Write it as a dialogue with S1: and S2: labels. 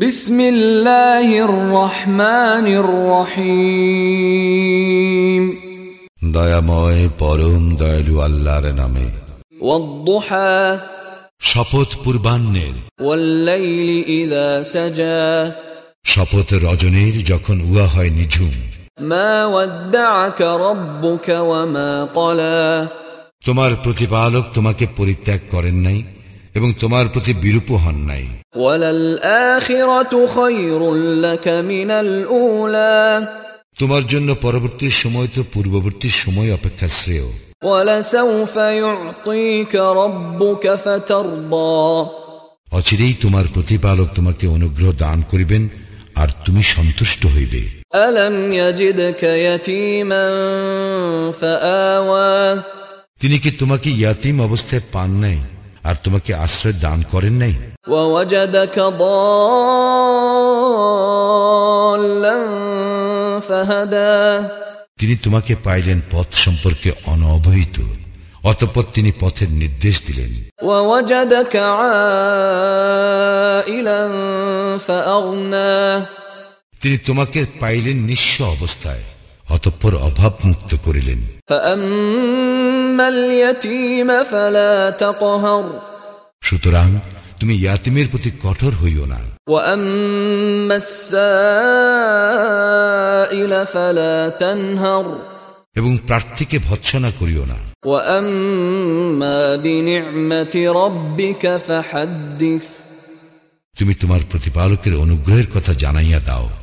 S1: بسم الله الرحمن الرحيم
S2: দয়াময় পরম দয়ালু আল্লাহর নামে
S1: والضحى
S2: শপথ পূর্বাহ্নের
S1: والليل إذا سجى
S2: শপথ রজনীর যখন উয়া হয় নিঝুম
S1: ما ودعك ربك وما قلى
S2: তোমার প্রতিপালক তোমাকে পরিত্যাগ করেন নাই এবং তোমার প্রতি বিরূপ হন নাই
S1: وللآخرة خير لك من الأولى
S2: তোমার জন্য পরবর্তী সময় তো পূর্ববর্তী সময় অপেক্ষা শ্রেয়
S1: ولسوف يعطيك ربك فترضى
S2: অচিরেই তোমার প্রতিপালক তোমাকে অনুগ্রহ দান করিবেন আর তুমি সন্তুষ্ট হইবে
S1: ألم يجدك يتيما فآوى
S2: তিনি কি তোমাকে ইয়াতিম অবস্থায় পান নাই আর তোমাকে আশ্রয় দান করেন নাই
S1: ووجدك ضالا فهدى
S2: তিনি তোমাকে পাইলেন পথ সম্পর্কে অনবহিত অতঃপর তিনি পথের নির্দেশ দিলেন
S1: ووجدك عائلا فأغنى
S2: তিনি তোমাকে পাইলেন নিঃস্ব অবস্থায় অতঃপর অভাবমুক্ত করিলেন
S1: فأما اليتيم فلا تقهر
S2: সুতরাং তুমি ইয়াতিমের প্রতি কঠোর হইও না
S1: وأما السائل فلا تنهر
S2: এবং প্রার্থীকে ভৎসনা করিও না
S1: وأما بنعمة ربك فحدث
S2: তুমি তোমার প্রতিপালকের অনুগ্রহের কথা জানাইয়া দাও